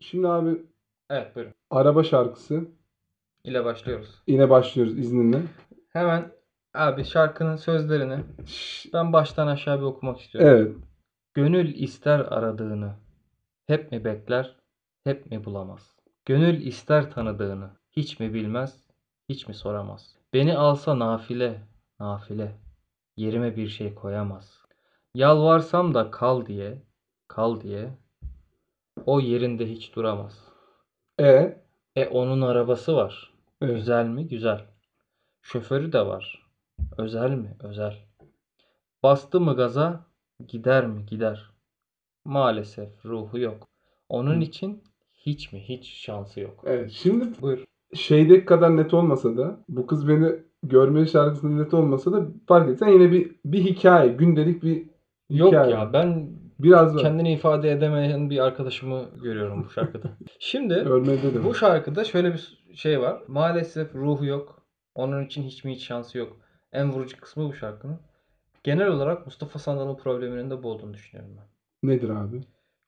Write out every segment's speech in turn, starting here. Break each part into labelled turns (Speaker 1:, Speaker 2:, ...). Speaker 1: Şimdi abi
Speaker 2: Evet buyurun.
Speaker 1: araba şarkısı.
Speaker 2: İle başlıyoruz.
Speaker 1: Yine başlıyoruz izninle.
Speaker 2: Hemen abi şarkının sözlerini
Speaker 1: Şş,
Speaker 2: ben baştan aşağı bir okumak istiyorum.
Speaker 1: Evet.
Speaker 2: Gönül ister aradığını, hep mi bekler, hep mi bulamaz? Gönül ister tanıdığını, hiç mi bilmez, hiç mi soramaz? Beni alsa nafile, nafile, yerime bir şey koyamaz. Yalvarsam da kal diye, kal diye, o yerinde hiç duramaz.
Speaker 1: E.
Speaker 2: E onun arabası var.
Speaker 1: Evet.
Speaker 2: Güzel mi? Güzel. Şoförü de var. Özel mi? Özel. Bastı mı gaza? Gider mi? Gider. Maalesef ruhu yok. Onun
Speaker 1: Hı.
Speaker 2: için hiç mi? Hiç şansı yok.
Speaker 1: Evet. Şimdi
Speaker 2: Buyur.
Speaker 1: şeydeki kadar net olmasa da bu kız beni görmeye şarkısında net olmasa da fark etsen yine bir bir hikaye, gündelik bir
Speaker 2: Yok
Speaker 1: hikaye.
Speaker 2: ya ben
Speaker 1: Biraz var.
Speaker 2: kendini ifade edemeyen bir arkadaşımı görüyorum bu şarkıda. Şimdi
Speaker 1: Ölmede de
Speaker 2: Bu
Speaker 1: var.
Speaker 2: şarkıda şöyle bir şey var. Maalesef ruhu yok. Onun için hiç mi hiç şansı yok. En vurucu kısmı bu şarkının. Genel olarak Mustafa Sandal'ın probleminin de bu olduğunu düşünüyorum ben.
Speaker 1: Nedir abi?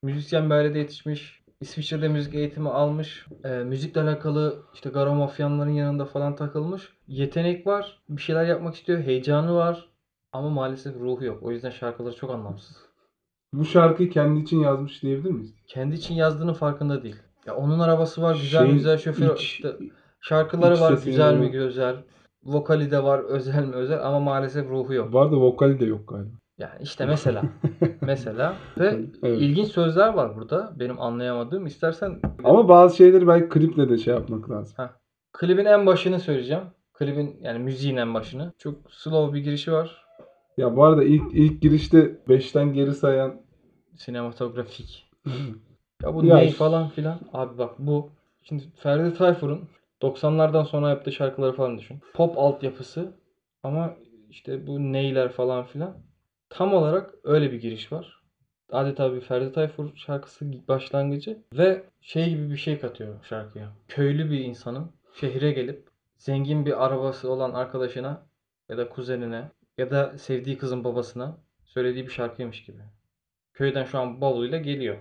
Speaker 2: Müzisyen Berlin'de yetişmiş. İsviçre'de müzik eğitimi almış. E, müzikle alakalı işte garo mafyanların yanında falan takılmış. Yetenek var. Bir şeyler yapmak istiyor. Heyecanı var. Ama maalesef ruhu yok. O yüzden şarkıları çok anlamsız.
Speaker 1: Bu şarkıyı kendi için yazmış diyebilir miyiz?
Speaker 2: Kendi için yazdığının farkında değil. Ya onun arabası var. Güzel
Speaker 1: Şeyin
Speaker 2: güzel şoför.
Speaker 1: iç-
Speaker 2: işte- Şarkıları
Speaker 1: İç
Speaker 2: var
Speaker 1: sesini
Speaker 2: güzel mi
Speaker 1: bilmiyorum.
Speaker 2: güzel. Vokali de var özel mi özel ama maalesef ruhu yok.
Speaker 1: Var da vokali de yok galiba.
Speaker 2: Yani işte mesela. mesela ve
Speaker 1: Evet.
Speaker 2: ilginç sözler var burada benim anlayamadığım. İstersen
Speaker 1: Ama bazı şeyleri belki kliple de şey yapmak lazım.
Speaker 2: klibin en başını söyleyeceğim. Klibin yani müziğin en başını. Çok slow bir girişi var.
Speaker 1: Ya bu arada ilk ilk girişte 5'ten geri sayan
Speaker 2: Sinematografik. Ya bu
Speaker 1: Ya
Speaker 2: ne
Speaker 1: işte-
Speaker 2: falan filan. Abi bak bu. Şimdi Ferdi Tayfur'un 90'lardan sonra yaptığı şarkıları falan düşün. Pop altyapısı ama işte bu neyler falan filan. Tam olarak öyle bir giriş var. Adeta bir Ferdi Tayfur şarkısı başlangıcı ve şey gibi bir şey katıyor şarkıya. Köylü bir insanın şehre gelip zengin bir arabası olan arkadaşına ya da kuzenine ya da sevdiği kızın babasına söylediği bir şarkıymış gibi. Köyden şu an bavuluyla geliyor.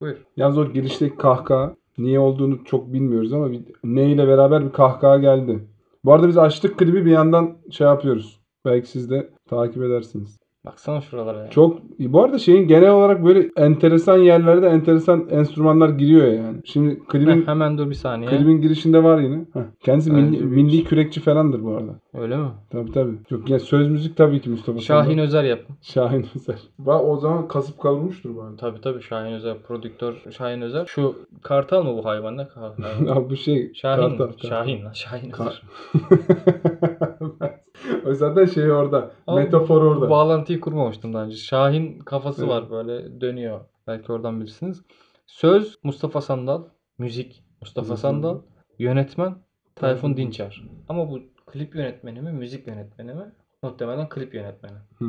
Speaker 2: Buyur.
Speaker 1: Yalnız o girişteki kahkaha niye olduğunu çok bilmiyoruz ama bir, ne ile beraber bir kahkaha geldi. Bu arada biz açtık klibi bir yandan şey yapıyoruz. Belki siz de takip edersiniz.
Speaker 2: Baksana şuralara ya.
Speaker 1: Çok bu arada şeyin genel olarak böyle enteresan yerlerde enteresan enstrümanlar giriyor yani. Şimdi klibin
Speaker 2: Heh, hemen dur bir saniye.
Speaker 1: klibin girişinde var yine. Heh. Kendisi
Speaker 2: Bence
Speaker 1: milli,
Speaker 2: bir- şey.
Speaker 1: milli kürekçi falandır bu arada.
Speaker 2: Öyle mi?
Speaker 1: Tabii tabii. Yok ya söz müzik tabii ki Mustafa
Speaker 2: Şahin
Speaker 1: Sandal.
Speaker 2: Özer yapın.
Speaker 1: Şahin Özer. Ba- O zaman kasıp kavurmuştur bu arada.
Speaker 2: Tabii tabii Şahin Özer prodüktör Şahin Özer. Şu kartal mı bu hayvan ne Kar- hayvan?
Speaker 1: Ya bu şey
Speaker 2: Şahin mi?
Speaker 1: kartal, kartal.
Speaker 2: Şahin lan Şahin Özer.
Speaker 1: Kar- o zaten şey orada.
Speaker 2: Ama
Speaker 1: metafor
Speaker 2: Bu
Speaker 1: orada.
Speaker 2: bağlantıyı kurmamıştım daha önce. Şahin kafası
Speaker 1: Evet.
Speaker 2: var böyle dönüyor. Belki oradan bilirsiniz. Söz Mustafa Sandal, müzik Mustafa
Speaker 1: Mustafa Sandal.
Speaker 2: Sandal, yönetmen
Speaker 1: Tayfun
Speaker 2: Tayfun Dinçer. Ama bu klip yönetmeni mi, müzik yönetmeni mi? Muhtemelen klip yönetmeni.
Speaker 1: Hı.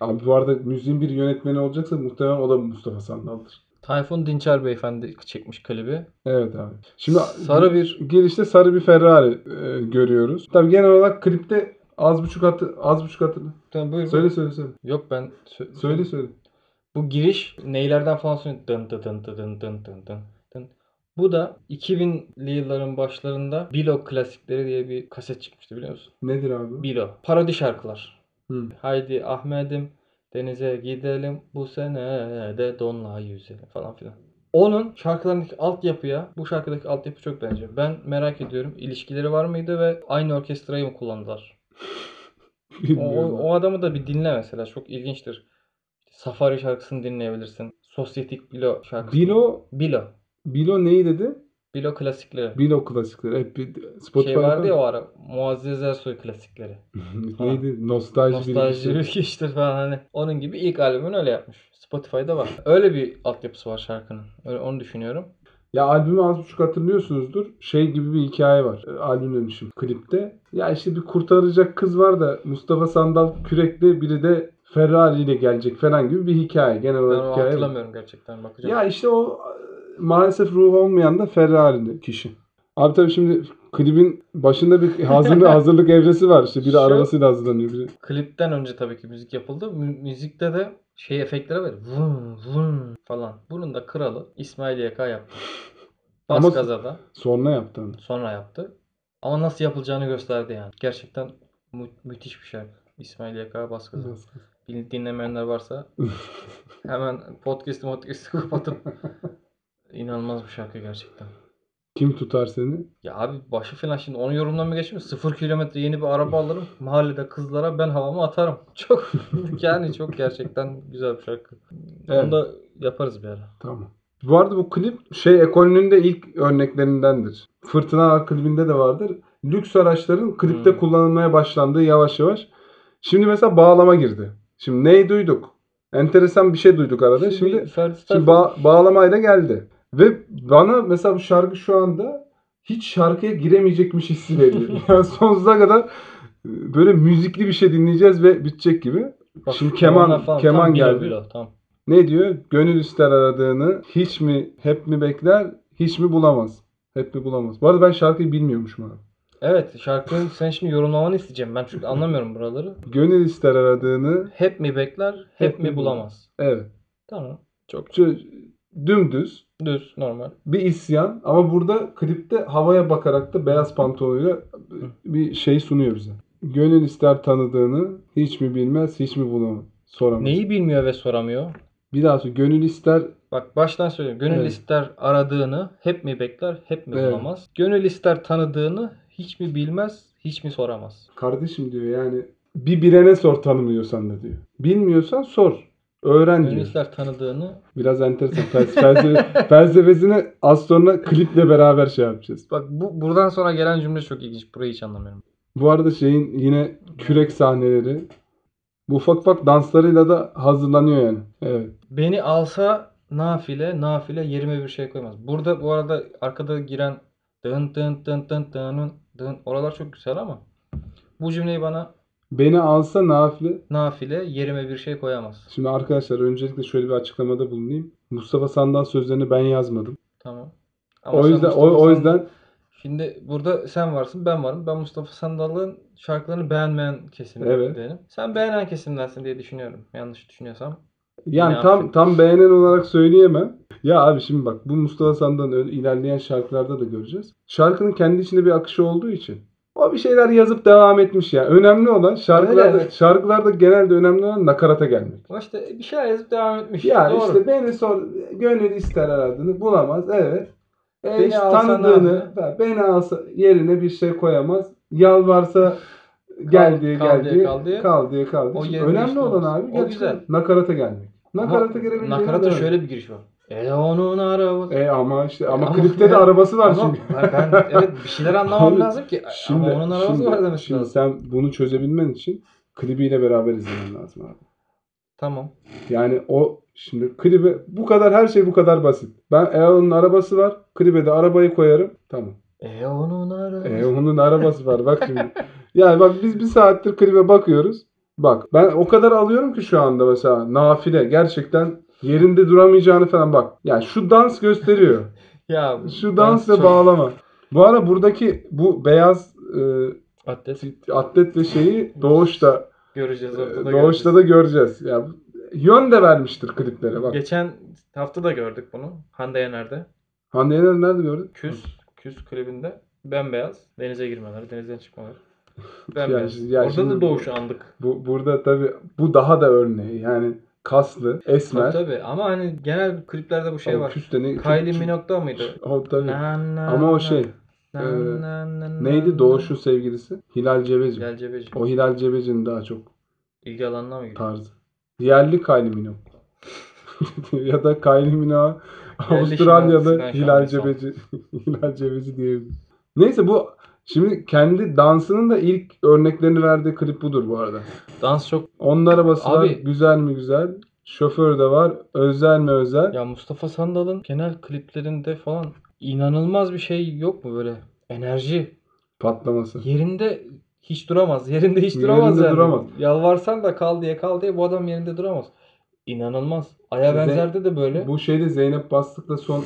Speaker 1: Abi bu arada müziğin bir yönetmeni olacaksa muhtemelen o da Mustafa Sandal'dır.
Speaker 2: Tayfun Dinçer beyefendi çekmiş klibi.
Speaker 1: Evet abi. Şimdi
Speaker 2: sarı bir
Speaker 1: girişte sarı bir Ferrari e, görüyoruz. Tabii genel olarak klipte az buçuk hatır, az buçuk hatırla.
Speaker 2: Tamam, buyur, buyur.
Speaker 1: Söyle söyle söyle.
Speaker 2: Yok ben sö-
Speaker 1: Söyle söyle.
Speaker 2: Bu giriş neylerden falan sonra dın dın dın dın dın dın dın dın dın. Bu da 2000'li yılların başlarında Bilo klasikleri diye bir kaset çıkmıştı biliyor musun?
Speaker 1: Nedir abi?
Speaker 2: Bilo. Parodi şarkılar.
Speaker 1: Hı.
Speaker 2: Haydi Ahmet'im denize gidelim bu sene de donla yüzelim falan filan. Onun şarkılarındaki altyapıya bu şarkıdaki altyapı çok benziyor. Ben merak ediyorum ilişkileri var mıydı ve aynı orkestrayı mı kullandılar? O,
Speaker 1: Bilmiyorum.
Speaker 2: o, o adamı da bir dinle mesela. Çok ilginçtir. Safari şarkısını dinleyebilirsin. Sosyetik Bilo şarkısı.
Speaker 1: Bilo
Speaker 2: Bilo.
Speaker 1: Bilo neyi dedi?
Speaker 2: Bilo klasikleri.
Speaker 1: Bilo klasikleri. Hep bir Spotify'da.
Speaker 2: şey vardı ya o ara. Muazzez Ersoy klasikleri.
Speaker 1: Neydi? Nostalji,
Speaker 2: Nostalji
Speaker 1: bilgisi.
Speaker 2: bir işte falan hani. Onun gibi ilk albümünü öyle yapmış. Spotify'da var. Öyle bir altyapısı var şarkının. Öyle, onu düşünüyorum.
Speaker 1: Ya albümü az buçuk hatırlıyorsunuzdur. Şey gibi bir hikaye var. E, albüm demişim klipte. Ya işte bir kurtaracak kız var da Mustafa Sandal kürekli biri de Ferrari ile gelecek falan gibi bir hikaye. Genel
Speaker 2: Ben
Speaker 1: olarak
Speaker 2: onu
Speaker 1: hikaye. bu.
Speaker 2: hatırlamıyorum gerçekten. Bakacağım.
Speaker 1: Ya işte o e, maalesef ruhu olmayan da Ferrari'li kişi. Abi tabii şimdi klibin başında bir hazırlık, hazırlık evresi var. İşte biri
Speaker 2: Şu-
Speaker 1: arabasıyla hazırlanıyor. Biri...
Speaker 2: Klipten önce tabii ki müzik yapıldı. Mü- müzikte de şey efektleri var. Vum vum falan. Bunun da kralı İsmail YK yaptı. Bas
Speaker 1: Ama-
Speaker 2: gazada.
Speaker 1: Sonra yaptı onu.
Speaker 2: Sonra yaptı. Ama nasıl yapılacağını gösterdi yani. Gerçekten mü- müthiş bir şarkı. İsmail YK Bas Gaza. Bil- Dinlemeyenler varsa hemen podcast'ı podcast'ı kapatıp inanılmaz bir şarkı gerçekten.
Speaker 1: Kim tutar seni?
Speaker 2: Ya abi başı falan şimdi onu yorumlama geçmiyor. Sıfır kilometre yeni bir araba alırım. Mahallede kızlara ben havamı atarım. Çok yani çok gerçekten güzel bir şarkı.
Speaker 1: Evet.
Speaker 2: Onu da yaparız bir ara.
Speaker 1: Tamam. Bu arada bu klip şey ekolünün de ilk örneklerindendir. Fırtınalar klibinde de vardır. Lüks araçların klipte
Speaker 2: Hmm.
Speaker 1: kullanılmaya başlandığı yavaş yavaş. Şimdi mesela bağlama girdi. Şimdi neyi duyduk? Enteresan bir şey duyduk arada. Şimdi
Speaker 2: Ferdi
Speaker 1: Şimdi
Speaker 2: Tayfur-
Speaker 1: ba- bağlamayla geldi. Ve bana mesela bu şarkı şu anda hiç şarkıya giremeyecekmiş hissi veriyor. yani sonsuza kadar e, böyle müzikli bir şey dinleyeceğiz ve bitecek gibi.
Speaker 2: Bak,
Speaker 1: şimdi keman-
Speaker 2: onlar falan
Speaker 1: keman
Speaker 2: tam bilo
Speaker 1: geldi.
Speaker 2: bilo, Tam.
Speaker 1: Ne diyor? Gönül ister aradığını hiç mi hep mi bekler hiç mi bulamaz. Hep mi bulamaz. Bu arada ben şarkıyı bilmiyormuşum abi.
Speaker 2: Evet şarkının sen şimdi yorumlamanı isteyeceğim. Ben çünkü anlamıyorum buraları.
Speaker 1: Gönül ister aradığını
Speaker 2: Hep mi bekler, hep,
Speaker 1: Hep mi
Speaker 2: mi bulamaz.
Speaker 1: evet.
Speaker 2: Tamam. Çok
Speaker 1: Şu, dümdüz
Speaker 2: düz, normal.
Speaker 1: bir isyan ama burada klipte havaya bakarak da beyaz pantolonuyla bir şey sunuyor bize. Gönül ister tanıdığını hiç mi bilmez hiç mi bulamaz soramaz.
Speaker 2: Neyi bilmiyor ve soramıyor?
Speaker 1: Bir daha söyle. Gönül ister
Speaker 2: Bak baştan söylüyorum. Gönül
Speaker 1: Evet.
Speaker 2: ister aradığını hep mi bekler, hep mi
Speaker 1: Evet.
Speaker 2: bulamaz. Gönül ister tanıdığını hiç mi bilmez, hiç mi soramaz.
Speaker 1: kardeşim diyor yani bir birene sor tanımıyorsan da diyor. Bilmiyorsan sor. Öğren
Speaker 2: Gönül
Speaker 1: diyor.
Speaker 2: ister tanıdığını.
Speaker 1: Biraz enteresan. Felsefe, felsefe- felsefesini az sonra kliple beraber şey yapacağız.
Speaker 2: Bak bu buradan sonra gelen cümle çok ilginç. Burayı hiç anlamıyorum.
Speaker 1: Bu arada şeyin yine kürek sahneleri bu ufak ufak danslarıyla da hazırlanıyor yani. Evet.
Speaker 2: Beni alsa nafile, nafile yerime bir şey koymaz. Burada bu arada arkada giren dın dın dın dın dın dın oralar çok güzel ama bu cümleyi bana
Speaker 1: Beni alsa nafile
Speaker 2: nafile yerime bir şey koyamaz.
Speaker 1: Şimdi arkadaşlar öncelikle şöyle bir açıklamada bulunayım. Mustafa Sandal sözlerini ben yazmadım.
Speaker 2: Tamam.
Speaker 1: o
Speaker 2: sen
Speaker 1: yüzden o,
Speaker 2: Mustafa
Speaker 1: o
Speaker 2: Sandal-
Speaker 1: yüzden
Speaker 2: Şimdi burada sen varsın, ben varım. Ben Mustafa Sandal'ın şarkılarını beğenmeyen
Speaker 1: Evet.
Speaker 2: kesimdendim. Sen beğenen kesimdensin diye düşünüyorum. Yanlış düşünüyorsam.
Speaker 1: yani
Speaker 2: Ne
Speaker 1: tam
Speaker 2: yapayım?
Speaker 1: tam beğenen olarak söyleyemem. Ya abi şimdi bak bu Mustafa Sandal'ın ö- ilerleyen şarkılarda da göreceğiz. Şarkının kendi içinde bir akışı olduğu için o bir şeyler yazıp devam etmiş ya. Önemli olan şarkılarda
Speaker 2: Öyle, evet.
Speaker 1: şarkılarda genelde önemli olan nakarata gelmek.
Speaker 2: Ama işte bir şeyler yazıp devam etmiş.
Speaker 1: Yani
Speaker 2: Doğru.
Speaker 1: işte beni sor gönül ister aradığını bulamaz. Evet.
Speaker 2: Beni
Speaker 1: Hiç
Speaker 2: alsa
Speaker 1: tanıdığını beni alsa yerine bir şey koyamaz. Yalvarsa gel
Speaker 2: Kal-
Speaker 1: diye
Speaker 2: kal
Speaker 1: gel
Speaker 2: diye,
Speaker 1: diye
Speaker 2: kal diye.
Speaker 1: kal diye kal diye.
Speaker 2: O
Speaker 1: Şimdi
Speaker 2: yerine
Speaker 1: önemli
Speaker 2: işte
Speaker 1: olan
Speaker 2: olmaz.
Speaker 1: abi
Speaker 2: O
Speaker 1: gerçekten
Speaker 2: güzel.
Speaker 1: nakarata gelmek.
Speaker 2: Ama
Speaker 1: Nakarata girebildiğine
Speaker 2: Nakarata
Speaker 1: devam.
Speaker 2: şöyle bir giriş var. E onun arabası.
Speaker 1: E ama işte ama,
Speaker 2: Ama-
Speaker 1: klipte de arabası var
Speaker 2: Ama
Speaker 1: şimdi.
Speaker 2: ben ben- evet bir şeyler anlamam
Speaker 1: Abi,
Speaker 2: lazım ki.
Speaker 1: Şimdi,
Speaker 2: Ama onun arabası
Speaker 1: şimdi,
Speaker 2: var demesi
Speaker 1: şimdi
Speaker 2: lazım.
Speaker 1: sen bunu çözebilmen için klibiyle beraber izlemen lazım abi.
Speaker 2: Tamam.
Speaker 1: Yani o şimdi klibe bu kadar her şey bu kadar basit. Ben Eon'un arabası var. Klibe de arabayı koyarım. Tamam.
Speaker 2: E onun arabası.
Speaker 1: E, onun arabası var bak şimdi. Yani bak biz bir saattir klibe bakıyoruz. Bak ben o kadar alıyorum ki şu anda mesela nafile gerçekten yerinde duramayacağını falan bak. Yani şu dans gösteriyor.
Speaker 2: ya
Speaker 1: Şu
Speaker 2: dans
Speaker 1: dans ve
Speaker 2: çok-
Speaker 1: bağlama. Bu ara buradaki bu beyaz e,
Speaker 2: Atlet
Speaker 1: atlet ve şeyi doğuşta
Speaker 2: göreceğiz
Speaker 1: e,
Speaker 2: ortada
Speaker 1: doğuşta
Speaker 2: göreceğiz.
Speaker 1: da göreceğiz. Yani yön de vermiştir kliplere bak.
Speaker 2: Geçen hafta da gördük bunu. Hande Yener'de.
Speaker 1: Hande Yener nerede gördün?
Speaker 2: Küs, küs klibinde bembeyaz. Denize girmeleri, denizden çıkmaları.
Speaker 1: Ya
Speaker 2: Bembeyaz.
Speaker 1: şimdi- ya
Speaker 2: Orada
Speaker 1: şimdi-
Speaker 2: da doğuşu andık.
Speaker 1: Bu burada tabi bu daha da örneği. Yani kaslı,
Speaker 2: Tabii
Speaker 1: esmer.
Speaker 2: tabii ama hani genel kliplerde bu şey
Speaker 1: Ama
Speaker 2: var.
Speaker 1: küs de ne-
Speaker 2: Kylie
Speaker 1: küs-
Speaker 2: Minogue'da mıydı?
Speaker 1: O tabii.
Speaker 2: Na, na,
Speaker 1: Ama o
Speaker 2: na,
Speaker 1: şey
Speaker 2: na,
Speaker 1: e,
Speaker 2: na, na,
Speaker 1: neydi
Speaker 2: na.
Speaker 1: Doğuş'un sevgilisi? Hilal Cebeci.
Speaker 2: Gel Cebeci.
Speaker 1: O Hilal Cebeci'nin daha çok
Speaker 2: İlgi alanına mı girdi?
Speaker 1: tarzı. Yerli Kylie Minogue. ya da Kylie Minogue Avustralyalı
Speaker 2: Sinan
Speaker 1: Hilal
Speaker 2: Şanlıson.
Speaker 1: Cebeci. Hilal Cebeci diyebilirim. Neyse bu şimdi kendi dansının da ilk örneklerini verdiği klip budur bu arada.
Speaker 2: Dans çok...
Speaker 1: Onun arabası var.
Speaker 2: Abi-
Speaker 1: Güzel mi güzel. Şoför de var. Özel mi özel.
Speaker 2: Ya Mustafa Sandal'ın genel kliplerinde falan inanılmaz bir şey yok mu böyle? Enerji.
Speaker 1: Patlaması.
Speaker 2: Yerinde hiç duramaz. Yerinde hiç duramaz
Speaker 1: Yerinde
Speaker 2: yani.
Speaker 1: duramaz.
Speaker 2: Yalvarsan da kal diye kal diye bu adam yerinde duramaz. İnanılmaz. Aya
Speaker 1: Ve
Speaker 2: benzerde de böyle.
Speaker 1: Bu şeyde Zeynep Bastık'la son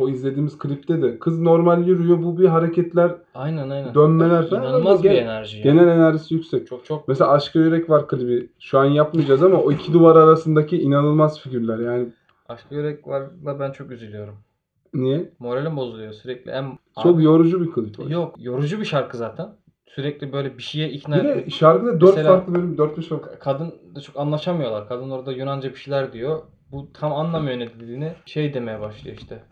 Speaker 1: o izlediğimiz klipte de kız normal yürüyor. Bu bir hareketler,
Speaker 2: aynen aynen.
Speaker 1: dönmeler falan.
Speaker 2: İnanılmaz bir
Speaker 1: Gen-
Speaker 2: enerji. ya.
Speaker 1: Genel enerjisi yüksek.
Speaker 2: Çok çok.
Speaker 1: Mesela Aşkı Yürek var klibi. Şu an yapmayacağız ama o iki duvar arasındaki inanılmaz figürler. Yani
Speaker 2: Aşkı Yürek varla ben çok üzülüyorum.
Speaker 1: Niye?
Speaker 2: Moralim bozuluyor sürekli. En...
Speaker 1: Çok yorucu bir klip. o.
Speaker 2: Yok yorucu bir şarkı zaten. Sürekli böyle bir şeye ikna
Speaker 1: Bir
Speaker 2: ediyor.
Speaker 1: de şarkıda dört
Speaker 2: Mesela-
Speaker 1: farklı bölüm, dört beş farklı.
Speaker 2: Kadın da çok anlaşamıyorlar. Kadın orada Yunanca bir şeyler diyor. Bu tam anlamıyor ne dediğini. Şey demeye başlıyor işte.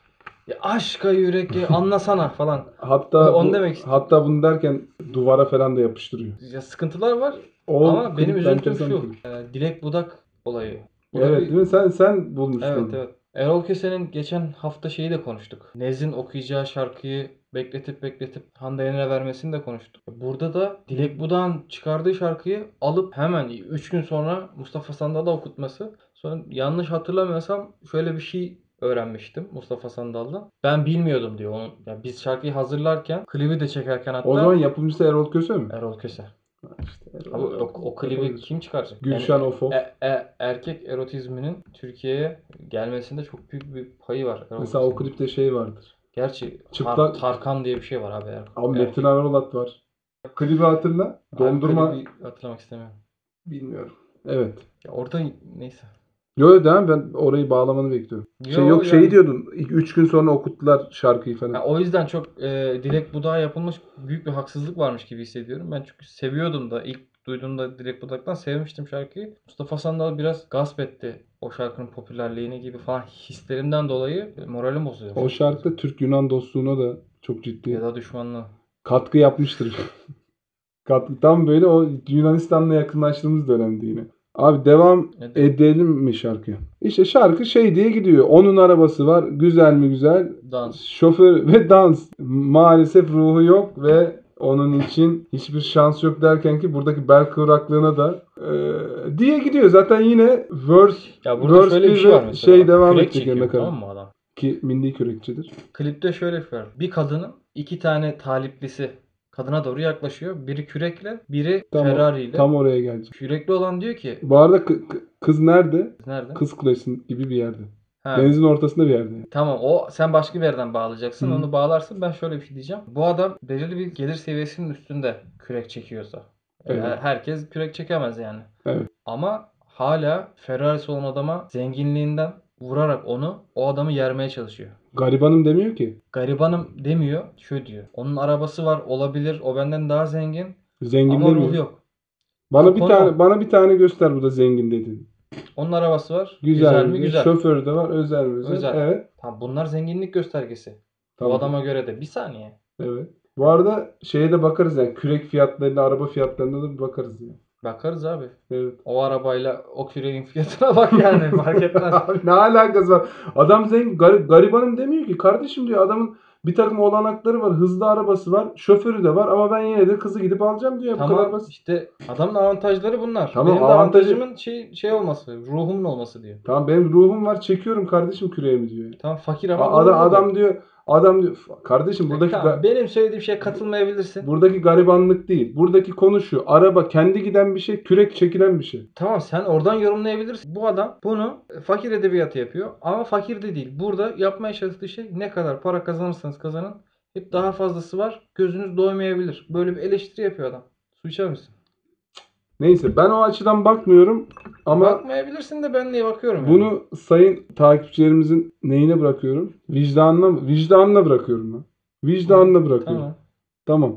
Speaker 2: Ya aşka yürek ya anlasana falan.
Speaker 1: Hatta
Speaker 2: Onu
Speaker 1: bu-
Speaker 2: demek istedim.
Speaker 1: hatta bunu derken duvara falan da yapıştırıyor.
Speaker 2: Ya sıkıntılar var
Speaker 1: O
Speaker 2: ama benim
Speaker 1: klip
Speaker 2: üzüntüm
Speaker 1: enteresan bir
Speaker 2: şu.
Speaker 1: klip.
Speaker 2: e, dilek budak olayı. Bu da
Speaker 1: Evet
Speaker 2: bir-
Speaker 1: değil mi? Sen sen bulmuştun.
Speaker 2: Evet evet. Erol Köse'nin geçen hafta şeyi de konuştuk. Nez'in okuyacağı şarkıyı bekletip bekletip Hande Yener'e vermesini de konuştuk. Burada da Dilek Budak'ın çıkardığı şarkıyı alıp hemen 3 gün sonra Mustafa Sandal'a okutması. Sonra yanlış hatırlamıyorsam şöyle bir şey öğrenmiştim Mustafa Sandal'dan. Ben bilmiyordum diyor. Onun, ya biz şarkıyı hazırlarken, klibi de çekerken hatta
Speaker 1: O zaman yapımcısı Erol Köse mi?
Speaker 2: Erol Köse.
Speaker 1: İşte Erol-
Speaker 2: Abi, o, o klibi
Speaker 1: Yapabilir.
Speaker 2: kim çıkaracak? Yani-
Speaker 1: Gülşen Ofo.
Speaker 2: e- e- erkek erotizminin Türkiye'ye gelmesinde çok büyük bir payı var.
Speaker 1: Mesela
Speaker 2: Erol Köse'nin.
Speaker 1: o klipte şey vardır.
Speaker 2: Gerçi
Speaker 1: Çıplak-
Speaker 2: Tar- Tarkan diye bir şey var abi. Er-
Speaker 1: Abi
Speaker 2: er-
Speaker 1: Metin Aralat var. Klibi hatırla.
Speaker 2: Abi
Speaker 1: Dondurma
Speaker 2: böyle bir hatırlamak istemiyorum.
Speaker 1: bilmiyorum. Evet.
Speaker 2: Ya orada neyse.
Speaker 1: Yo değil mi? Ben orayı bağlamanı bekliyorum. şey yok
Speaker 2: yani-
Speaker 1: şeyi diyordun. 3 gün sonra okuttular şarkıyı falan.
Speaker 2: Ya o yüzden çok e, Dilek Budak'a yapılmış büyük bir haksızlık varmış gibi hissediyorum. Ben çünkü seviyordum da ilk duyduğumda Dilek Budak'tan sevmiştim şarkıyı. Mustafa Sandal biraz gasp etti o şarkının popülerliğini gibi falan hislerimden dolayı e, moralim bozuluyor.
Speaker 1: o şarkıda Türk Yunan dostluğuna da çok ciddi
Speaker 2: ya da düşmanlığı.
Speaker 1: katkı yapmıştır. katkı tam böyle o Yunanistan'la yakınlaştığımız dönemdi yine. Abi devam
Speaker 2: Ne de-
Speaker 1: edelim mi şarkıya? İşte şarkı şey diye gidiyor. Onun arabası var. Güzel mi güzel.
Speaker 2: dans.
Speaker 1: Şoför ve dans. Maalesef ruhu yok ve onun için hiçbir şans yok derken ki buradaki bel kıvraklığına da eee, diye gidiyor. Zaten yine verse
Speaker 2: Ya burada
Speaker 1: Verse
Speaker 2: şöyle bir
Speaker 1: bir
Speaker 2: şey
Speaker 1: ve
Speaker 2: var mesela.
Speaker 1: şey devam
Speaker 2: Kürek
Speaker 1: edecek
Speaker 2: çekiyor,
Speaker 1: yanına kadar.
Speaker 2: Tamam mı adam?
Speaker 1: ki milli kürekçidir.
Speaker 2: Klipte şöyle bir şey var. Bir kadının iki tane taliplisi kadına doğru yaklaşıyor. Biri kürekle, biri
Speaker 1: Tam o-
Speaker 2: Ferrari ile.
Speaker 1: Tam oraya gelecek.
Speaker 2: Kürekli olan diyor ki
Speaker 1: Bu arada kı- kı- kız nerede?
Speaker 2: nerede?
Speaker 1: Kız kulesi gibi bir yerde.
Speaker 2: Ha,
Speaker 1: Denizin ortasında bir yerde.
Speaker 2: Tamam o sen başka bir yerden bağlayacaksın.
Speaker 1: Hı.
Speaker 2: Onu bağlarsın. Ben şöyle bir şey diyeceğim. Bu adam belirli bir gelir seviyesinin üstünde kürek çekiyorsa.
Speaker 1: Evet.
Speaker 2: Her- Herkes kürek çekemez yani.
Speaker 1: Evet.
Speaker 2: Ama hala Ferrari'si olan adama zenginliğinden vurarak onu o adamı yermeye çalışıyor.
Speaker 1: Garibanım demiyor ki.
Speaker 2: Garibanım demiyor. Şu diyor. Onun arabası var olabilir. O benden daha zengin.
Speaker 1: Zengin
Speaker 2: ama ruh
Speaker 1: demiyor.
Speaker 2: yok.
Speaker 1: Bana bir
Speaker 2: Konu
Speaker 1: tane
Speaker 2: o.
Speaker 1: bana bir tane göster bu da zengin dedi.
Speaker 2: Onun arabası var.
Speaker 1: Güzel, e,
Speaker 2: mi? Güzel.
Speaker 1: Şoförü de var, özel mi? Özel.
Speaker 2: Özel.
Speaker 1: Evet.
Speaker 2: Tamam, bunlar zenginlik göstergesi.
Speaker 1: Tamam.
Speaker 2: Bu adama göre de. Bir saniye.
Speaker 1: Evet. Bu arada şeye de bakarız yani kürek fiyatlarına, araba fiyatlarına da bir bakarız yani.
Speaker 2: Bakarız abi.
Speaker 1: Evet.
Speaker 2: O arabayla o küreğin fiyatına bak yani. Fark etmez.
Speaker 1: Abi ne alakası var? Adam zengin, gar- garibanım demiyor ki. Kardeşim diyor adamın bir takım olanakları var, hızlı arabası var, şoförü de var ama ben yine de kızı gidip alacağım diyor. Bu kadar
Speaker 2: tamam
Speaker 1: basit.
Speaker 2: işte adamın avantajları bunlar.
Speaker 1: Tamam,
Speaker 2: Benim de
Speaker 1: avantajı-
Speaker 2: avantajımın şey, şey olması. Ruhumun olması diyor.
Speaker 1: Tamam benim ruhum var, çekiyorum kardeşim küreğimi diyor.
Speaker 2: Tamam fakir ama.
Speaker 1: A- ada-
Speaker 2: ruhum
Speaker 1: adam
Speaker 2: var.
Speaker 1: diyor, adam diyor. Kardeşim buradaki
Speaker 2: Tamam,
Speaker 1: ga-
Speaker 2: benim söylediğim şeye katılmayabilirsin.
Speaker 1: buradaki garibanlık değil. Buradaki konu şu. Araba kendi giden bir şey, kürek çekilen bir şey.
Speaker 2: Tamam sen oradan yorumlayabilirsin. Bu adam bunu e, fakir edebiyatı yapıyor ama fakir de değil. Burada yapmaya çalıştığı şey ne kadar para kazanırsanız kazanın hep daha fazlası var. Gözünüz doymayabilir. Böyle bir eleştiri yapıyor adam. Su içer misin?
Speaker 1: Neyse ben o açıdan bakmıyorum ama
Speaker 2: Bakmayabilirsin de ben niye bakıyorum yani.
Speaker 1: bunu sayın takipçilerimizin neyine bırakıyorum? Vicdanına, vicdanına bırakıyorum ben. Vicdanına bırakıyorum. Tamam.
Speaker 2: Tamam.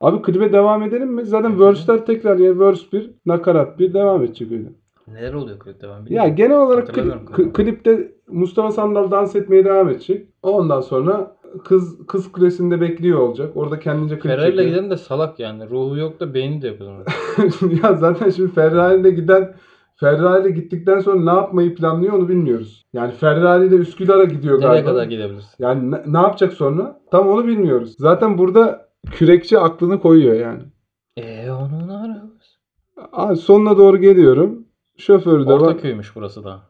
Speaker 1: Abi klibe devam edelim mi? Zaten
Speaker 2: Edelim.
Speaker 1: verse'ler tekrar ya verse 1, nakarat 1 devam edecek öyle.
Speaker 2: Neler oluyor klipte ben
Speaker 1: Ya
Speaker 2: bilmiyorum.
Speaker 1: genel olarak kli-
Speaker 2: Hatırlamıyorum
Speaker 1: kli-
Speaker 2: klibi.
Speaker 1: klipte Mustafa Sandal dans etmeye devam edecek. Ondan sonra kız kız kulesinde bekliyor olacak. Orada kendince klip
Speaker 2: Ferrari'yle
Speaker 1: çekiyor.
Speaker 2: giden de salak yani. Ruhu yok da beyni de yok o zaman.
Speaker 1: ya zaten şimdi Ferrari'yle giden Ferrari'yle gittikten sonra ne yapmayı planlıyor onu bilmiyoruz. Yani Ferrari'yle Üsküdar'a gidiyor
Speaker 2: Nereye
Speaker 1: galiba.
Speaker 2: kadar gidebilirsin?
Speaker 1: Yani ne, ne yapacak sonra? Tam onu bilmiyoruz. Zaten burada kürekçi aklını koyuyor yani.
Speaker 2: Eee E, onun arabası.
Speaker 1: Abi sonuna doğru geliyorum. Şoförü de var.
Speaker 2: Ortaköy'müş burası da.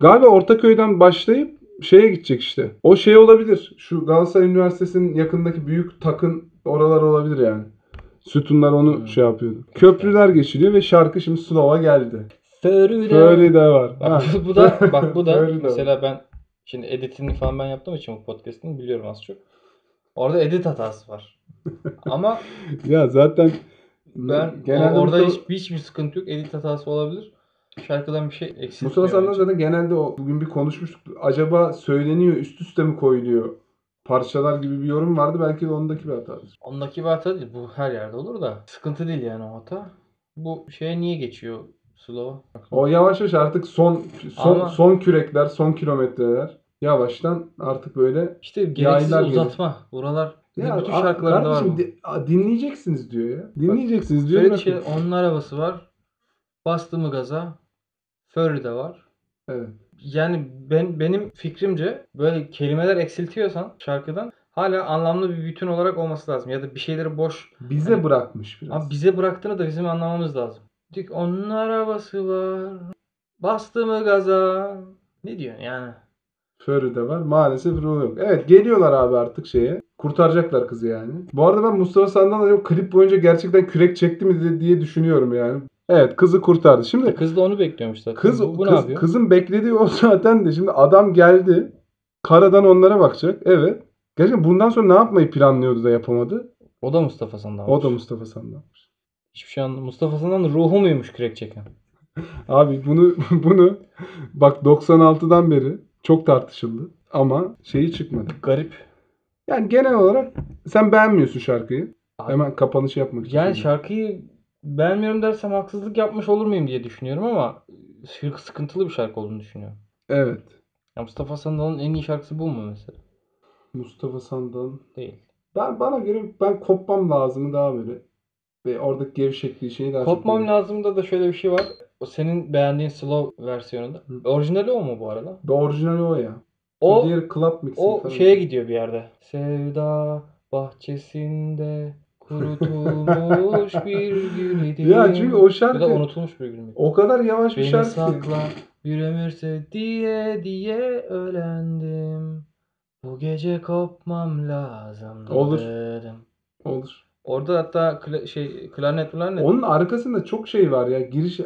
Speaker 1: Galiba Ortaköy'den başlayıp şeye gidecek işte. O şey olabilir. Şu Galatasaray Üniversitesi'nin yakındaki büyük takın oralar olabilir yani. Sütunlar onu
Speaker 2: Hmm.
Speaker 1: şey yapıyordu. Köprüler geçiliyor ve şarkı şimdi Slova geldi.
Speaker 2: Ferrari.
Speaker 1: Böyle de var.
Speaker 2: Bak
Speaker 1: Ha.
Speaker 2: bu- bu da bak bu da
Speaker 1: Öyle de var.
Speaker 2: mesela ben şimdi editini falan ben yaptığım için bu podcast'ini biliyorum az çok. Orada edit hatası var. Ama
Speaker 1: Ya zaten
Speaker 2: ben
Speaker 1: genelde
Speaker 2: orada
Speaker 1: bu-
Speaker 2: hiç, hiçbir sıkıntı yok. Edit hatası olabilir. Şarkıdan bir şey eksik.
Speaker 1: Mustafa Sandal zaten genelde o bugün bir konuşmuştuk. Acaba söyleniyor üst üste mi koyuluyor parçalar gibi bir yorum vardı. Belki de ondaki bir hatadır.
Speaker 2: Ondaki bir hata değil. Bu her yerde olur da. Sıkıntı değil yani o hata. Bu şeye niye geçiyor Slova?
Speaker 1: O yavaş yavaş artık son son
Speaker 2: Ama-
Speaker 1: son kürekler, son kilometreler yavaştan artık böyle
Speaker 2: İşte gereksiz
Speaker 1: Yaylar gibi.
Speaker 2: uzatma. Buralar
Speaker 1: ya,
Speaker 2: bütün
Speaker 1: a-
Speaker 2: şarkılarında var
Speaker 1: kardeşim,
Speaker 2: bu.
Speaker 1: di- a- dinleyeceksiniz diyor ya. Dinleyeceksiniz diyor.
Speaker 2: Şöyle bir
Speaker 1: bırakın.
Speaker 2: şey, onun arabası var. Bastı mı gaza. Furry de var.
Speaker 1: Evet.
Speaker 2: Yani ben benim fikrimce böyle kelimeler eksiltiyorsan şarkıdan hala anlamlı bir bütün olarak olması lazım. Ya da bir şeyleri boş.
Speaker 1: Bize
Speaker 2: Hani-
Speaker 1: bırakmış biraz.
Speaker 2: Ama bize bıraktığını da bizim anlamamız lazım. Dik onun arabası var. Bastı mı gaza. Ne diyorsun yani?
Speaker 1: Furry de var. Maalesef rol yok. Evet geliyorlar abi artık şeye. Kurtaracaklar kızı yani. Bu arada ben Mustafa Sandal acaba klip boyunca gerçekten kürek çekti mi diye- diye düşünüyorum yani. Evet kızı kurtardı. Şimdi
Speaker 2: Kız da onu bekliyormuş zaten.
Speaker 1: kız,
Speaker 2: bu, bu ne
Speaker 1: kız-
Speaker 2: yapıyor?
Speaker 1: kızın beklediği o zaten de şimdi adam geldi. Karadan onlara bakacak. Evet. Gerçekten bundan sonra ne yapmayı planlıyordu da yapamadı.
Speaker 2: O da Mustafa Sandal.
Speaker 1: O da Mustafa Sandal.
Speaker 2: Hiçbir şey anlamadım. Mustafa Sandal ruhu muymuş kürek çeken?
Speaker 1: Abi bunu bunu bak 96'dan beri çok tartışıldı ama şeyi çıkmadı.
Speaker 2: Garip.
Speaker 1: Yani genel olarak sen beğenmiyorsun şarkıyı.
Speaker 2: Abi-
Speaker 1: Hemen kapanış yapmak için.
Speaker 2: Yani
Speaker 1: söylüyorum.
Speaker 2: şarkıyı beğenmiyorum dersem haksızlık yapmış olur muyum diye düşünüyorum ama şarkı sıkıntılı bir şarkı olduğunu düşünüyorum.
Speaker 1: Evet.
Speaker 2: Ya Mustafa Sandal'ın en iyi şarkısı bu mu mesela?
Speaker 1: Mustafa Sandal'ın.
Speaker 2: Değil.
Speaker 1: Ben bana göre ben kopmam lazımı daha böyle. Ve oradaki gevşekliği şeyi daha çok
Speaker 2: Kopmam
Speaker 1: beğeniyorum.
Speaker 2: lazımda da şöyle bir şey var. O senin beğendiğin slow versiyonunda.
Speaker 1: Hı.
Speaker 2: Orijinali o mu bu arada?
Speaker 1: Ve orijinali o ya. O,
Speaker 2: O
Speaker 1: diğer club mixi
Speaker 2: o
Speaker 1: falan.
Speaker 2: şeye gidiyor bir yerde. Sevda bahçesinde kurutulmuş bir gül idi.
Speaker 1: Ya çünkü o şarkı
Speaker 2: Ya da unutulmuş bir gül müydü?
Speaker 1: o kadar yavaş bir
Speaker 2: Beni
Speaker 1: şarkı. ki.
Speaker 2: sakla bir ömürse diye diye ölendim. Bu gece kopmam lazım.
Speaker 1: Olur.
Speaker 2: dedim.
Speaker 1: Olur.
Speaker 2: Orada hatta kla- şey klarnet falan ne?
Speaker 1: Onun arkasında çok şey var ya. Giriş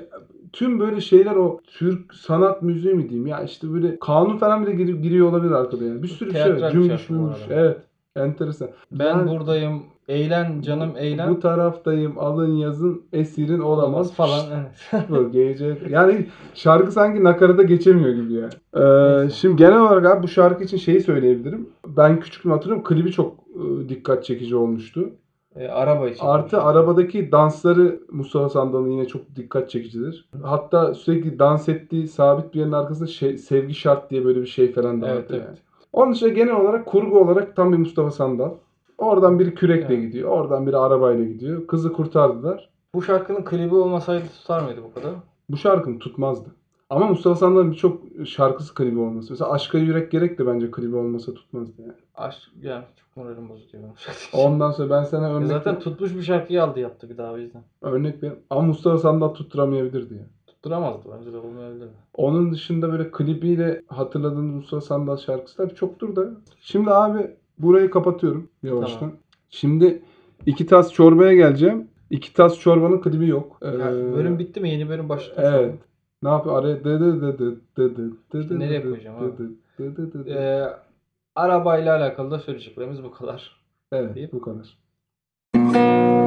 Speaker 1: tüm böyle şeyler o Türk sanat müziği mi diyeyim ya işte böyle kanun falan bile gir- giriyor olabilir arkada yani. Bir sürü bir şey var.
Speaker 2: Teatral bir
Speaker 1: Cümbüş
Speaker 2: şarkı bu
Speaker 1: cümbüş.
Speaker 2: arada.
Speaker 1: Evet. Enteresan.
Speaker 2: ben
Speaker 1: Yani-
Speaker 2: buradayım. Eğlen canım eğlen.
Speaker 1: Bu taraftayım alın yazın esirin olamaz
Speaker 2: falan.
Speaker 1: Şşt,
Speaker 2: evet.
Speaker 1: böyle gece. Yani şarkı sanki nakarata geçemiyor gibi yani. Ee,
Speaker 2: Neyse.
Speaker 1: şimdi genel olarak abi bu şarkı için şeyi söyleyebilirim. Ben küçüklüğümü hatırlıyorum. Klibi çok e, dikkat çekici olmuştu.
Speaker 2: E, araba için.
Speaker 1: Artı arabadaki dansları Mustafa Sandal'ın yine çok dikkat çekicidir. Hatta sürekli dans ettiği sabit bir yerin arkasında şey, sevgi şart diye böyle bir şey falan da
Speaker 2: Evet
Speaker 1: vardı
Speaker 2: evet.
Speaker 1: yani. Onun için genel olarak kurgu olarak tam bir Mustafa Sandal. Oradan biri kürekle
Speaker 2: Evet.
Speaker 1: gidiyor. Oradan biri arabayla gidiyor. Kızı kurtardılar.
Speaker 2: Bu şarkının klibi olmasaydı tutar mıydı bu kadar?
Speaker 1: Bu şarkım tutmazdı. Ama Mustafa Sandal'ın birçok şarkısı klibi olması. Mesela Aşka Yürek Gerek de bence klibi olmasa tutmazdı yani.
Speaker 2: Aşk yani çok moralim bozuluyor. benim şarkı için.
Speaker 1: Ondan sonra ben sana
Speaker 2: E,
Speaker 1: örnek,
Speaker 2: Zaten tutmuş bir şarkıyı aldı yaptı bir daha o yüzden.
Speaker 1: örnek ver. Ama Mustafa Sandal tutturamayabilirdi yani.
Speaker 2: Tutturamazdı bence de olmayabilir.
Speaker 1: Onun dışında böyle klibiyle hatırladığınız Mustafa Sandal şarkısı tabii çoktur da. Şimdi abi burayı kapatıyorum yavaştan.
Speaker 2: Tamam.
Speaker 1: Şimdi iki tas çorbaya geleceğim. İki tas çorbanın klibi yok. Ee,
Speaker 2: Yani bölüm bitti mi? Yeni bölüm başladı.
Speaker 1: Evet. Ne yapıyor? Araya dı dı dı dı dı dı dı dı
Speaker 2: nereye
Speaker 1: dı
Speaker 2: koyacağım
Speaker 1: dı
Speaker 2: abi?
Speaker 1: dı dı dı dı dı.
Speaker 2: Ee, arabayla alakalı da söyleyeceklerimiz bu kadar.
Speaker 1: Evet
Speaker 2: deyip-
Speaker 1: bu kadar.